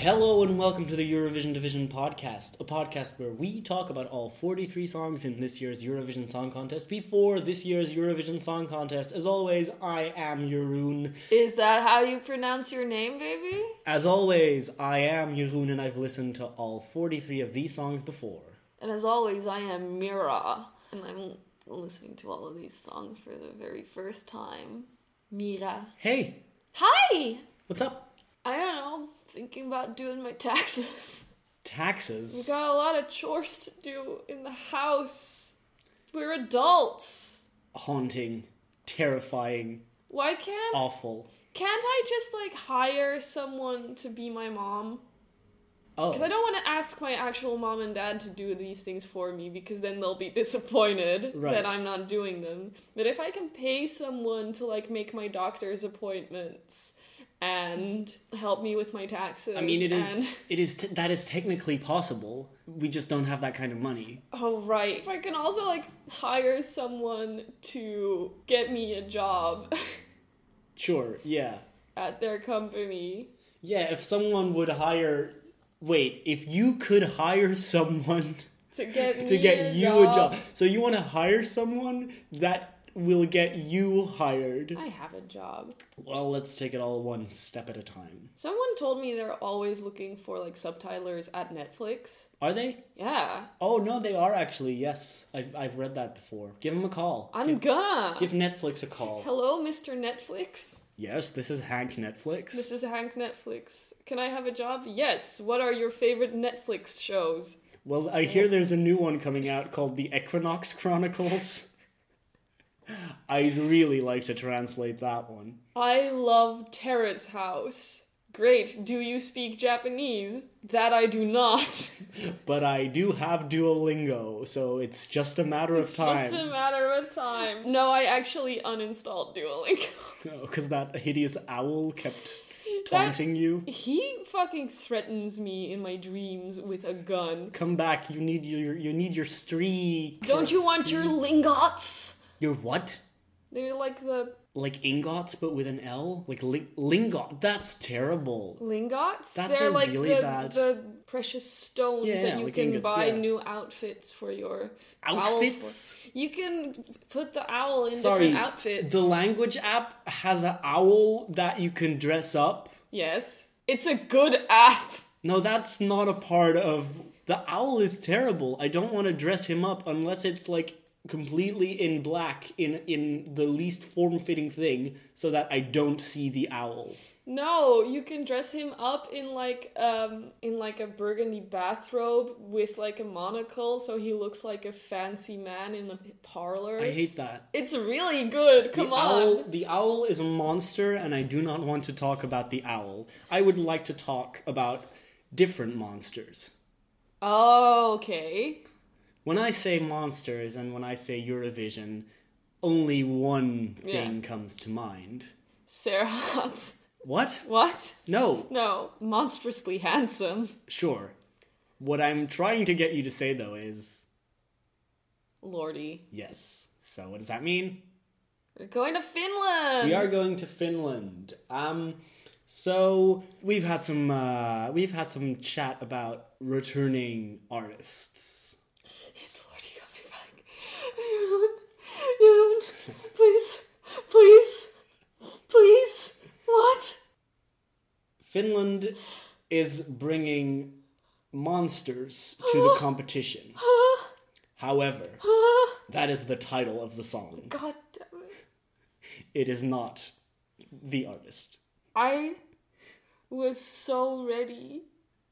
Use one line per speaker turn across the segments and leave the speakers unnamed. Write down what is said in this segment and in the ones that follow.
Hello and welcome to the Eurovision Division podcast, a podcast where we talk about all 43 songs in this year's Eurovision Song Contest before this year's Eurovision Song Contest. As always, I am Jeroen.
Is that how you pronounce your name, baby?
As always, I am Jeroen and I've listened to all 43 of these songs before.
And as always, I am Mira. And I'm listening to all of these songs for the very first time. Mira.
Hey,
Hi!
what's up?
I don't know. Thinking about doing my taxes. We
Taxes?
got a lot of chores to do in the house. We're adults.
Haunting, terrifying,
Why can't
awful.
can't I just like hire someone to be my mom?
Oh,
Because I don't want to ask my actual mom and dad to do these things for me because then they'll be disappointed
Right.
that I'm not doing them. But if I can pay someone to like make my doctor's appointments and help me with my taxes,
I mean, it
and-
is, it is, t- that is technically possible. We just don't have that kind of money.
Oh right. If I can also like hire someone to get me a job
Sure, yeah.
at their company.
Yeah, if someone would hire. Wait, if you could hire someone
To get
to
me
get you a job. So you want to hire someone that will get you hired.
I have a job.
Well, let's take it all one step at a time.
Someone told me they're always looking for like subtitlers at Netflix.
Are they?
Yeah,
Oh, no, they are actually. Yes, I've, I've read that before. Give them a call.
I'm gonna.
Give Netflix a call.
Hello, Mr. Netflix.
Yes, this is Hank Netflix.
This is Hank Netflix. Can I have a job? Yes. What are your favorite Netflix shows?
Well, I hear there's a new one coming out called The Equinox Chronicles. I'd really like to translate that one.
I love Terrace House. Great. Do you speak Japanese? That I do not.
But I do have Duolingo, so it's just a matter of
It's
time.
just a matter of time. No, I actually uninstalled Duolingo.
Because that hideous owl kept taunting you.
He fucking threatens me in my dreams with a gun.
Come back! You need your you need your streak.
Don't you want your lingots?
your what?
They're like the
Like ingots, but with an L. Like ling- lingot. That's terrible.
lingots.
That's
They're
a
like
really
the,
bad-
the precious stones
Yeah,
that you
like
can
ingots,
buy
yeah.
new outfits for your owl for.
Outfits.
You can put the owl in
Sorry,
different outfits.
the language app has an owl that you can dress up.
yes, it's a good app.
No, that's not a part of. The owl is terrible. I don't want to dress him up unless it's like completely in black in in the least form fitting thing, so that I don't see the owl.
No, you can dress him up in like um in like a burgundy bathrobe with like a monocle, so he looks like a fancy man in a parlor.
I hate that.
It's really good. Come
the
on.
Owl, the owl is a monster, and I do not want to talk about the owl. I would like to talk about different monsters.
Oh, okay.
When I say monsters and when I say Eurovision, only one
Yeah.
thing comes to mind.
Sarah Hotz.
What?
What?
No,
No, monstrously handsome.
sure. What I'm trying to get you to say though is
Lordy.
yes. So what does that mean?
We're going to Finland.
We are going to Finland. Um, so we've had some uh, we've had some chat about returning artists.
Is Lordy coming back? Jeroen, Jeroen, please, please, please. What?
Finland is bringing monsters to the competition. However, that is the title of the song.
Ah, God damn it.
It is not the artist.
I was so ready.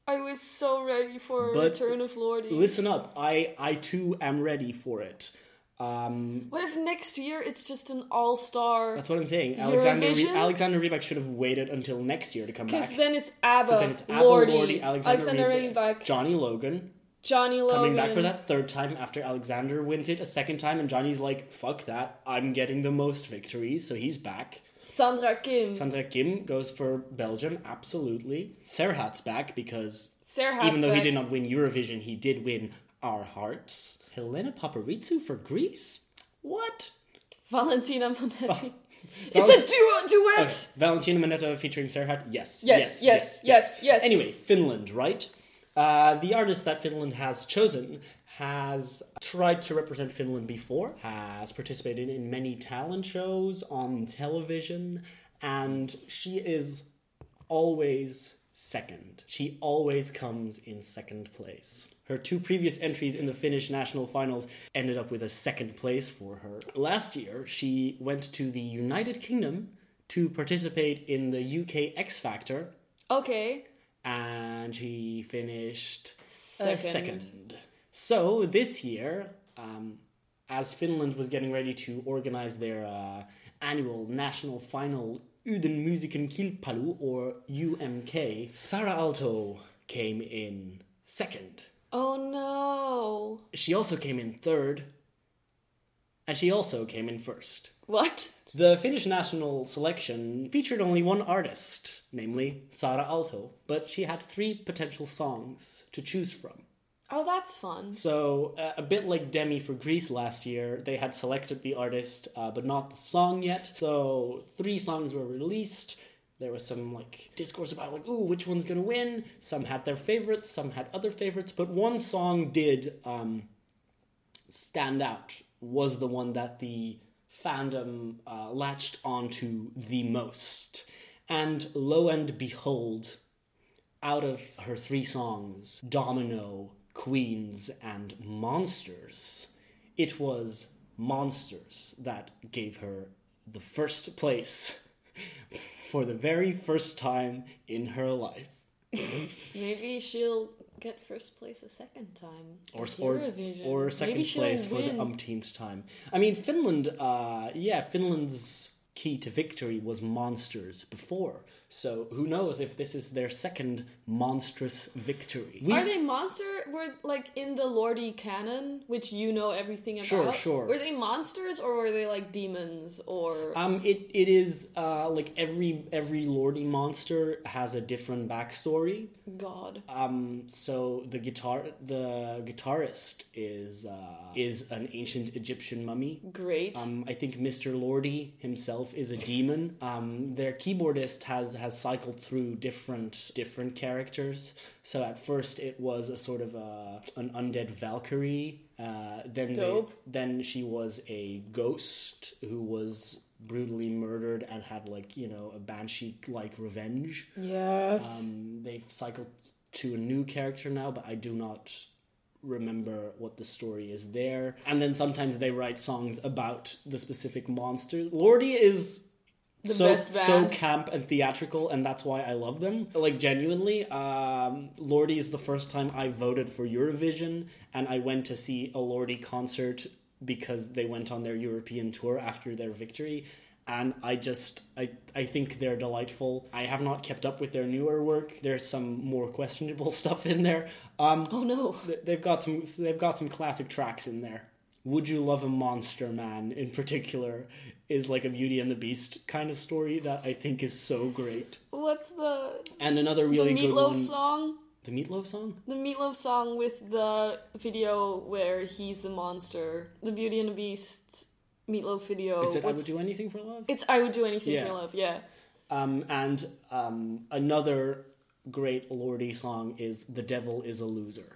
I was so ready for a
But-
return of Lordy.
Listen up, I I too am ready for it. Um,
what if next year it's just an all star?
that's what I'm saying. Alexander Re-
Eurovision?
Alexander Rybak should have waited until next year to come back.
Because then it's ABBA,
then it's Abba
Lordy,
Lordy, Alexander,
Alexander
Rybak,
Rybak,
Johnny Logan
Johnny Logan.
coming back for that third time after Alexander wins it a second time, and Johnny's like, "Fuck that! I'm getting the most victories," so he's back.
Sandra Kim.
Sandra Kim goes for Belgium, absolutely. Serhat's back because
Sarah
even though he
Hatzbeck.
did not win Eurovision, he did win our hearts. Helena Paparizou for Greece. What?
Valentina Monetti. It's a duo
Okay,
duet.
Valentina Mineta featuring Serhat? Yes.
Yes, yes, yes, yes.
Anyway, Finland, right? Uh, the artist that Finland has chosen has tried to represent Finland before, has participated in many talent shows on television, and she is always second. She always comes in second place. Her two previous entries in the Finnish national finals ended up with a second place for her. Last year, she went to the United Kingdom to participate in the UK X Factor,
Okay.
and she finished
Second.
second. So this year, um, as Finland was getting ready to organize their uh, annual national final Uden Musiken Kilpalu or UMK, Sara Alto came in second.
Oh no.
She also came in third, and she also came in first.
What?
The Finnish national selection featured only one artist, namely Sara Alto, but she had three potential songs to choose from.
Oh, that's fun.
So, uh, a bit like Demi for Greece last year, they had selected the artist uh, but not the song yet. So, three songs were released. There was some like discourse about like, ooh, which one's gonna win? Some had their favorites, some had other favorites, but one song did um, stand out. Was the one that the fandom uh, latched onto the most, and lo and behold, out of her three songs, Domino, Queens, and Monsters, it was Monsters that gave her the first place for the very first time in her life.
Maybe she'll get first place a second time.
or
at
or,
Eurovision.
or second
Maybe she'll
place for the um,
win.
umpteenth time. I mean, Finland. Uh, yeah, Finland's key to victory was monsters before. So who knows if this is their second monstrous victory? We-
Are they monster? Were like in the Lordy canon, which you know everything about.
Sure, sure.
Were they monsters or were they like demons or?
Um, it it is uh, like every every lordy monster has a different backstory.
God.
Um, so the guitar the guitarist is uh, is an ancient Egyptian mummy.
Great.
Um, I think Mr. Lordy himself is a demon. Um, their keyboardist has has cycled through different different characters. So at first it was a sort of a an undead Valkyrie. Uh, then they,
Dope.
then she was a ghost who was brutally murdered and had like you know a banshee like revenge.
yes.
Um, they've cycled to a new character now, but I do not remember what the story is there. And then sometimes they write songs about the specific monster. Lordy is
The
so
best
so
band.
camp and theatrical, and that's why I love them. Like genuinely, um, Lordy is the first time I voted for Eurovision, and I went to see a Lordy concert because they went on their European tour after their victory. And I just I I think they're delightful. I have not kept up with their newer work. There's some more questionable stuff in there. Um,
oh no.
th- they've got some they've got some classic tracks in there. Would you love a monster man in particular is like a Beauty and the Beast kind of story that I think is so great.
What's the
And another
the
really good
meatloaf
one,
song?
the Meatloaf song.
The meatloaf song with the video where he's the monster. The Beauty and the Beast meatloaf video.
Is it I
What's-
would do anything for love?
It's I would do anything
Yeah.
for love. Yeah.
Um, and um, another great Lordy song is "The Devil Is a Loser."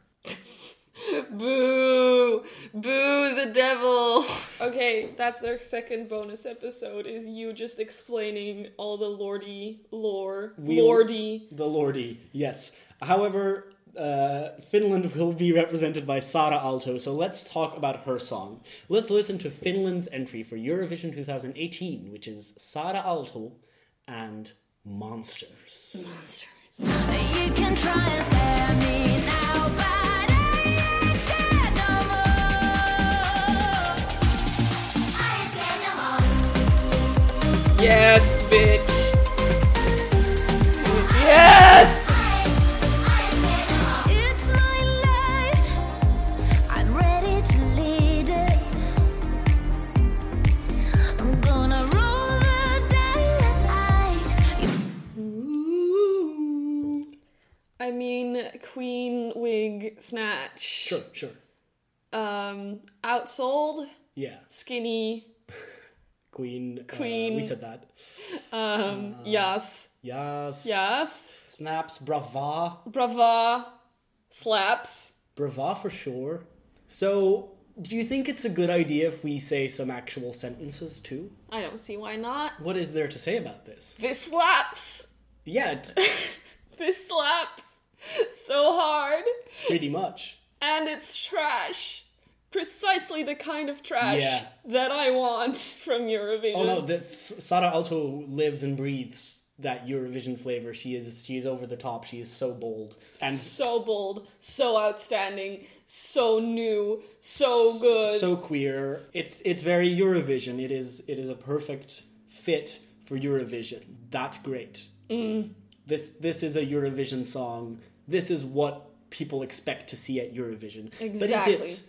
Boo! Boo the devil! Okay, that's our second bonus episode is you just explaining all the lordy lore.
We'll-
lordy.
The Lordy, yes. However, uh, Finland will be represented by Sara Alto, so let's talk about her song. Let's listen to Finland's entry for Eurovision 2018, which is Sara Alto and Monsters.
Monsters.
You can try and scare me now, but I ain't scared no more. I ain't scared no more.
Yes, bitch! Yes!
I ain't scared no more. It's my life. I'm ready to lead it. I'm gonna roll the dice. You
I mean, Queen Wig Snatch.
Sure, sure.
Um, outsold,
Yeah.
skinny,
Queen. uh,
Queen.
we said that. Uh.
Um, yes,
Yes.
yes.
Snaps. Brava.
Brava, slaps.
Brava for sure. So, do you think it's a good idea if we say some actual sentences too?
I don't see why not.
What is there to say about this?
This slaps.
Yeah, it's
This slaps so hard,
pretty much.
and it's trash. Precisely the kind of trash
Yeah.
that I want from Eurovision.
Oh no, that Sara Alto lives and breathes that Eurovision flavor. She is she is over the top. She is so bold and
so bold, so outstanding, so new, so good.
so queer. It's it's very Eurovision. It is it is a perfect fit for Eurovision. That's great.
Mm.
This this is a Eurovision song. This is what people expect to see at Eurovision. But
Exactly.
is it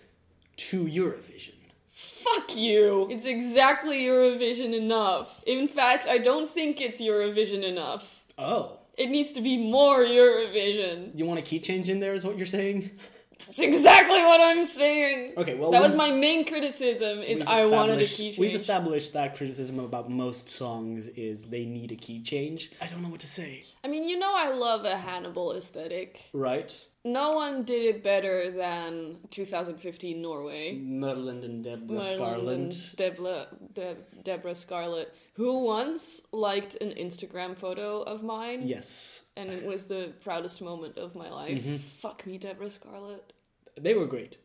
to Eurovision?
Fuck you! It's exactly Eurovision enough. In fact, I don't think it's Eurovision enough.
Oh,
It needs to be more Eurovision.
you want a key change in there? Is what you're saying?
That's exactly what I'm saying.
Okay, well,
that was
we've-
my main criticism. Is
We've
I wanted a
established-
key
We've
change.
established that criticism about most songs is they need a key change. I don't know what to say.
I mean, you know, I love a Hannibal aesthetic.
Right?
No one did it better than 2015 Norway.
Merland and Deborah
Merlin
Scarland.
and Debla, De- Deborah Scarlett, who once liked an Instagram photo of mine,
Yes.
and it was the proudest moment of my life. Fuck me, Deborah Scarlett.
They were great.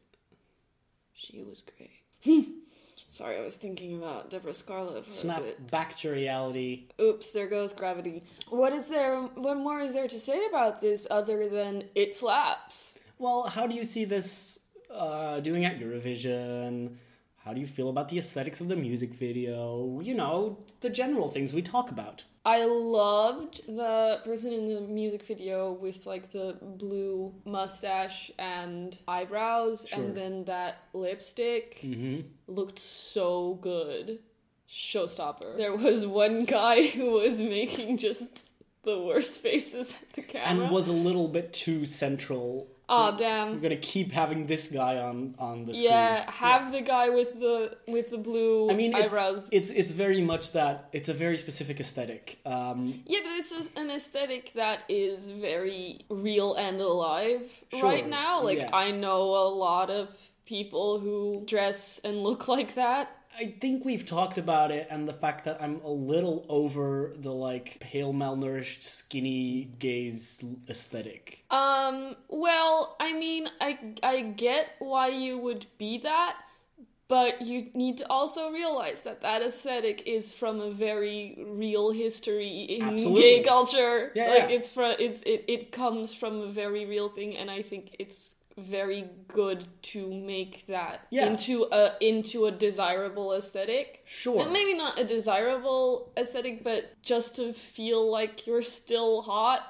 She was great. Sorry, I was thinking about Deborah Scarlett for a
Snap
bit.
back to reality.
Oops, there goes gravity. What is there? What more is there to say about this other than it slaps?
Well, how do you see this uh, doing at Eurovision? How do you feel about the aesthetics of the music video? You know, the general things we talk about.
I loved the person in the music video with like the blue mustache and eyebrows,
Sure. Mm-hmm.
and then that lipstick looked so good. Showstopper. There was one guy who was making just the worst faces at the camera.
And was a little bit too central.
Aw,
We're
damn.
gonna keep having this guy on on the screen.
Yeah, have the guy with the with the blue
I mean, it's-
eyebrows.
It's, it's very much that. It's a very specific aesthetic. Um,
Yeah, but it's just an aesthetic that is very real and alive
Sure,
right now. Like,
yeah.
I know a lot of people who dress and look like that.
I think we've talked about it, and the fact that I'm a little over the like pale, malnourished, skinny gaze aesthetic.
Um, well, I mean, I, I get why you would be that, but you need to also realize that that aesthetic is from a very real history in
Absolutely.
gay culture.
Yeah,
like
yeah.
it's from it's it, it comes from a very real thing, and I think it's very good to make that
Yeah.
into a into a desirable aesthetic.
Sure.
And maybe not a desirable aesthetic, but just to feel like you're still hot.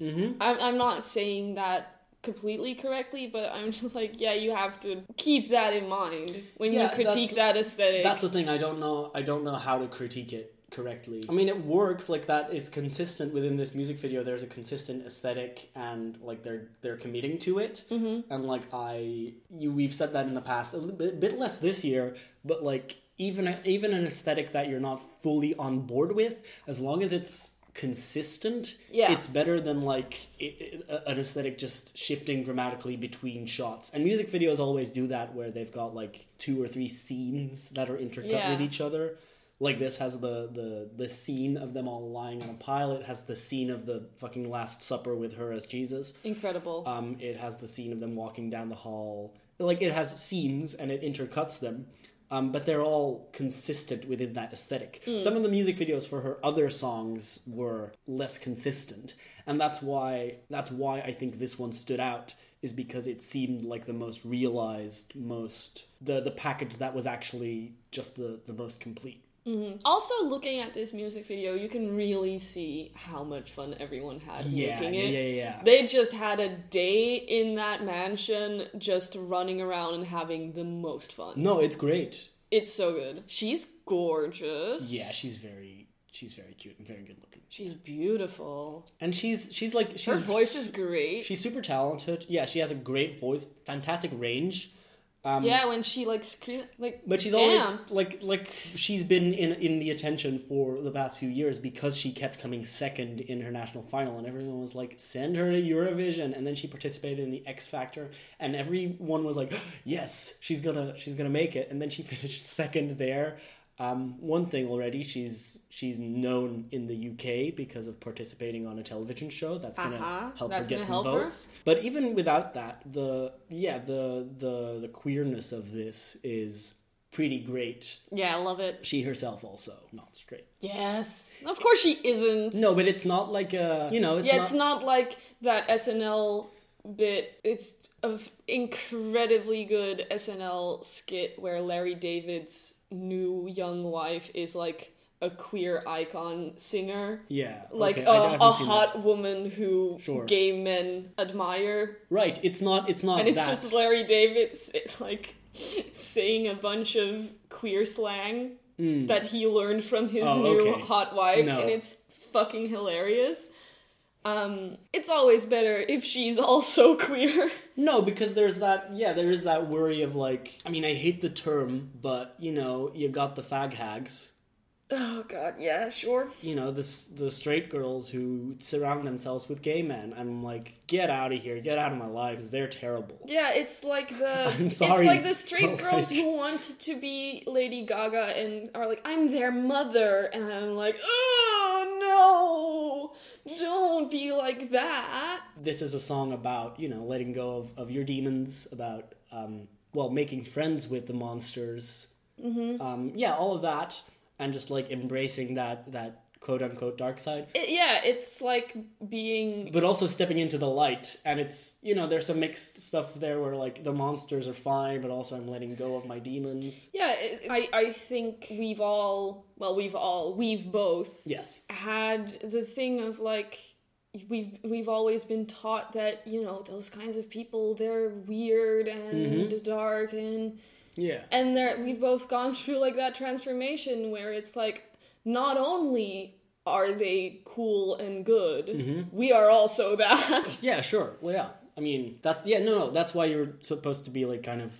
Mm-hmm.
I'm, I'm not saying that completely correctly, but I'm just like, yeah, you have to keep that in mind when
Yeah,
you critique that aesthetic.
That's the thing. I don't know. I don't know how to critique it correctly. I mean, it works. Like that is consistent within this music video. There's a consistent aesthetic, and like they're they're committing to it. Mm-hmm. And like I, you, we've said that in the past. A little bit, bit less this year, but like even even an aesthetic that you're not fully on board with, as long as it's consistent
Yeah.
it's better than like it, it, an aesthetic just shifting dramatically between shots and music videos always do that where they've got like two or three scenes that are intercut
Yeah.
with each other like this has the, the the scene of them all lying on a pile it has the scene of the fucking last supper with her as jesus
incredible.
um, it has the scene of them walking down the hall. Like it has scenes and it intercuts them, um, but they're all consistent within that aesthetic. Some of the music videos for her other songs were less consistent, and that's why that's why I think this one stood out is because it seemed like the most realized, most the the package that was actually just the the most complete.
also, looking at this music video, you can really see how much fun everyone had
Yeah,
making
yeah,
it.
yeah, yeah.
They just had a day in that mansion, just running around and having the most fun.
No, it's great.
It's so good. She's gorgeous.
Yeah, she's very she's very cute and very good looking,
She's beautiful.
and she's she's like she's
Her voice is great.
She's super talented. Yeah, she has a great voice, fantastic range. Um,
yeah, when she like scream like.
But she's
damn.
always like like she's been in in the attention for the past few years because she kept coming second in her national final, and everyone was like, "Send her to Eurovision," and then she participated in the X Factor, and everyone was like, "Yes, she's gonna she's gonna make it," and then she finished second there. Um, one thing already, she's she's known in the UK because of participating on a television show. That's gonna
Uh-huh,
help
that's
her get
gonna
some
help her.
votes. But even without that, the yeah, the the the queerness of this is pretty great.
Yeah, I love it.
She herself also not straight.
Yes, of course she isn't.
No, but it's not like a you know, it's
yeah,
not,
it's not like that SNL bit. It's of incredibly good SNL skit where Larry David's new young wife is like a queer icon singer.
yeah,
Like
okay,
a,
I- I haven't
a
seen
hot
that.
woman who
Sure.
gay men admire,
right. It's not. It's not
and it's
that.
just Larry David s- like saying a bunch of queer slang that he learned from his
Oh,
new
okay.
hot wife,
No.
and it's fucking hilarious. Um, it's always better if she's also queer.
No, because there's that, yeah, there is that worry of like, I mean, I hate the term, but you know, you got the fag hags,
oh god, yeah, sure.
you know, the s- the straight girls who surround themselves with gay men. I'm like, get out of here, get out of my life, 'cause they're terrible.
Yeah, it's like the
I'm sorry,
it's like the
but,
straight girls
like-
who want to be Lady Gaga and are like, I'm their mother, and I'm like, oh no, don't be like that.
this is a song about you know letting go of, of your demons about um, well making friends with the monsters um, yeah all of that and just like embracing that that quote unquote dark side
It- yeah, it's like being
but also stepping into the light and it's you know there's some mixed stuff there where like the monsters are fine but also i'm letting go of my demons
yeah. It, I I think we've all well, we've all we've both
yes
had the thing of like we've we've always been taught that you know those kinds of people they're weird and
Mm-hmm.
dark and
yeah
and there we've both gone through like that transformation where it's like not only are they cool and good
Mm-hmm.
we are also that
yeah sure well yeah i mean that's yeah no no that's why you're supposed to be like kind of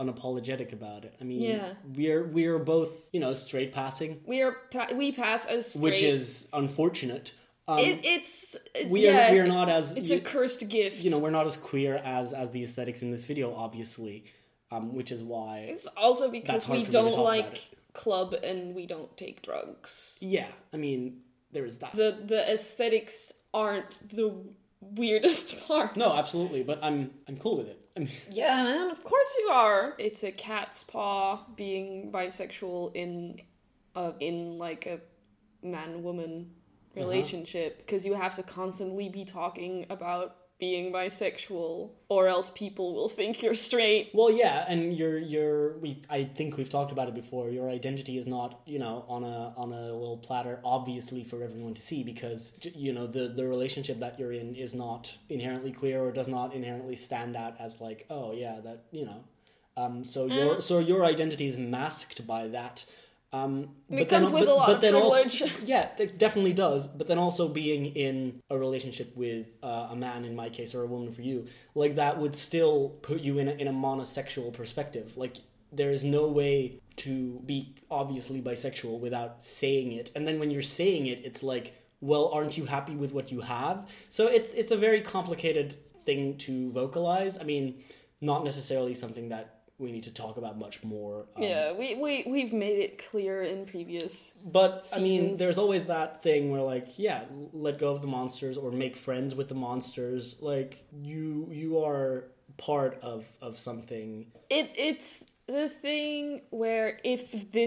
unapologetic about it i mean
Yeah.
we're we're both you know straight passing
we are pa- we pass as straight
which is unfortunate. Um,
it, it's
we
yeah,
are we are not as
it's
you,
a cursed gift
you know we're not as queer as as the aesthetics in this video, obviously, um, which is why
it's also
That's
because
hard
we
for me to
don't
talk about
like
it.
club and we don't take drugs
yeah. I mean there is that.
the the aesthetics aren't the weirdest part.
no, absolutely, but I'm I'm cool with it. I mean,
Yeah, man, of course you are. It's a cat's paw being bisexual in a in like a man woman
Uh-huh.
relationship because you have to constantly be talking about being bisexual or else people will think you're straight.
well, yeah, and your your we I think we've talked about it before. Your identity is not you know on a on a little platter, obviously for everyone to see because j- you know the the relationship that you're in is not inherently queer or does not inherently stand out as like oh yeah that you know Um, so
Mm.
your so your identity is masked by that. Um, but
it comes with a lot of
Also,
privilege.
yeah, it definitely does. But then also being in a relationship with uh, a man, in my case, or a woman for you, like that would still put you in a, in a monosexual perspective. Like there is no way to be obviously bisexual without saying it. And then when you're saying it, it's like, well, aren't you happy with what you have? So it's it's a very complicated thing to vocalize. I mean, not necessarily something that we need to talk about much more. um,
Yeah, we, we we've made it clear in previous
But I mean,
Seasons.
there's always that thing where like, yeah, l- let go of the monsters or make friends with the monsters. Like you, you are part of of something.
It it's the thing where if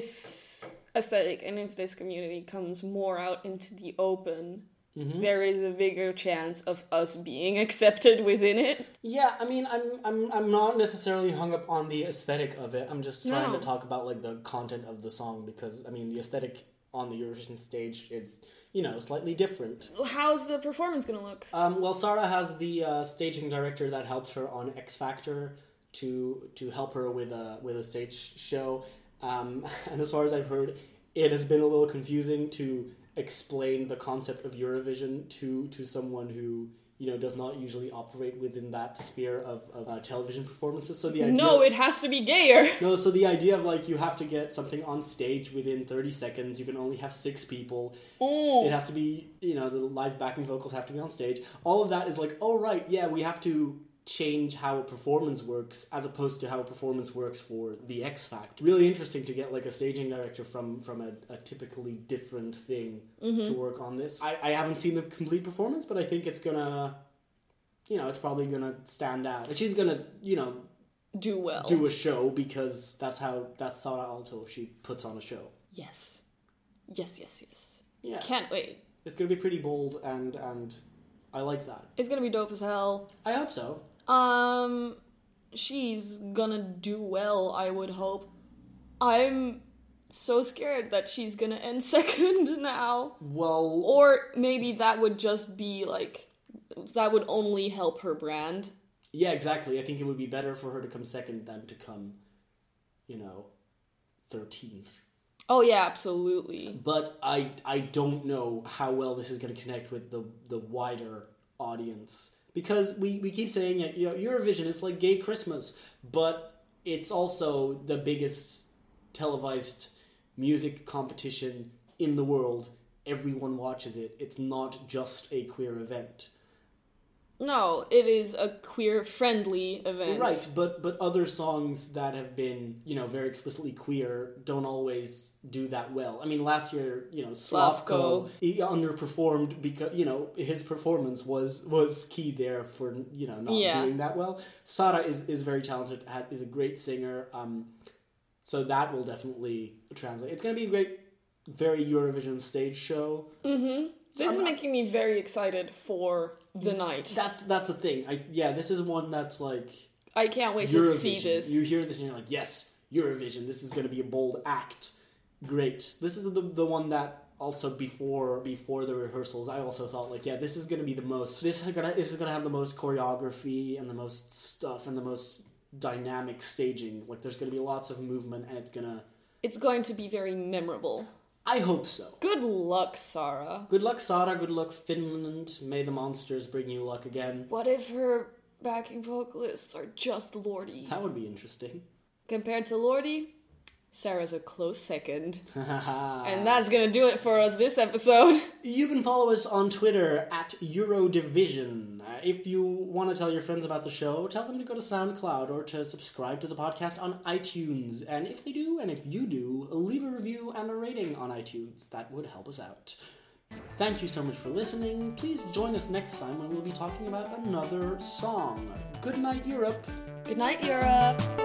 this aesthetic and if this community comes more out into the open, there is a bigger chance of us being accepted within it.
Yeah, I mean, I'm I'm I'm not necessarily hung up on the aesthetic of it. I'm just trying to
No.
talk about like the content of the song because I mean, the aesthetic on the Eurovision stage is you know slightly different.
How's the performance gonna look?
Um, well, Sarah has the uh, staging director that helped her on X Factor to to help her with a with a stage show. Um, and as far as I've heard, it has been a little confusing to explain the concept of Eurovision to to someone who you know, does not usually operate within that sphere of, of uh, television performances. So the idea
No, it has to be gayer.
no, so the idea of like you have to get something on stage within 30 seconds, you can only have six people. It has to be, you know, the live backing vocals have to be on stage. All of that is like, oh, right, yeah, we have to change how a performance works as opposed to how a performance works for the X Factor. Really interesting to get like a staging director from from a, a typically different thing to work on this. I, I haven't seen the complete performance, but I think it's gonna, you know, it's probably gonna stand out. And She's gonna, you know,
Do well.
do a show because that's how that's Sara Alto. She puts on a show.
Yes. Yes, yes, yes.
Yeah,
Can't wait.
it's gonna be pretty bold and and I like that.
It's gonna be dope as hell.
I hope so.
Um, she's gonna do well, I would hope. I'm so scared that she's gonna end second now.
Well,
Or maybe that would just be like, that would only help her brand.
yeah, exactly. I think it would be better for her to come second than to come, you know, thirteenth.
Oh, yeah, absolutely.
But I I don't know how well this is gonna connect with the the wider audience because we we keep saying it. You know, Eurovision it's like gay Christmas, but it's also the biggest televised music competition in the world. Everyone watches it. It's not just a queer event.
No, it is a queer friendly event.
Right, but but other songs that have been, you know, very explicitly queer don't always do that well. I mean, last year, you know, Slavko
Slavko.
he underperformed because you know his performance was was key there for you know not
Yeah.
doing that well. Sara is is very talented, ha- is a great singer, um, so that will definitely translate. It's going to be a great, very Eurovision stage show.
This is making me very excited for the night.
That's that's the thing. I yeah, this is one that's like
I can't wait to see this.
You hear this and you're like, yes, Eurovision. This is going to be a bold act. Great. This is the the one that also before before the rehearsals, I also thought like, yeah, this is going to be the most. This is going to this is going to have the most choreography and the most stuff and the most dynamic staging. Like, there's going to be lots of movement and it's gonna.
It's going to be very memorable.
I hope so.
Good luck, Sarah.
Good luck, Sara. Good luck, Finland. May the monsters bring you luck again.
What if her backing vocalists are just Lordy?
That would be interesting.
Compared to Lordy, Sarah's a close second. and that's gonna do it for us this episode.
You can follow us on Twitter at Eurodivision. Uh, If you want to tell your friends about the show, tell them to go to SoundCloud or to subscribe to the podcast on iTunes. And if they do, and if you do, leave a review and a rating on iTunes. That would help us out. Thank you so much for listening. Please join us next time when we'll be talking about another song. Good night, Europe.
Good night, Europe.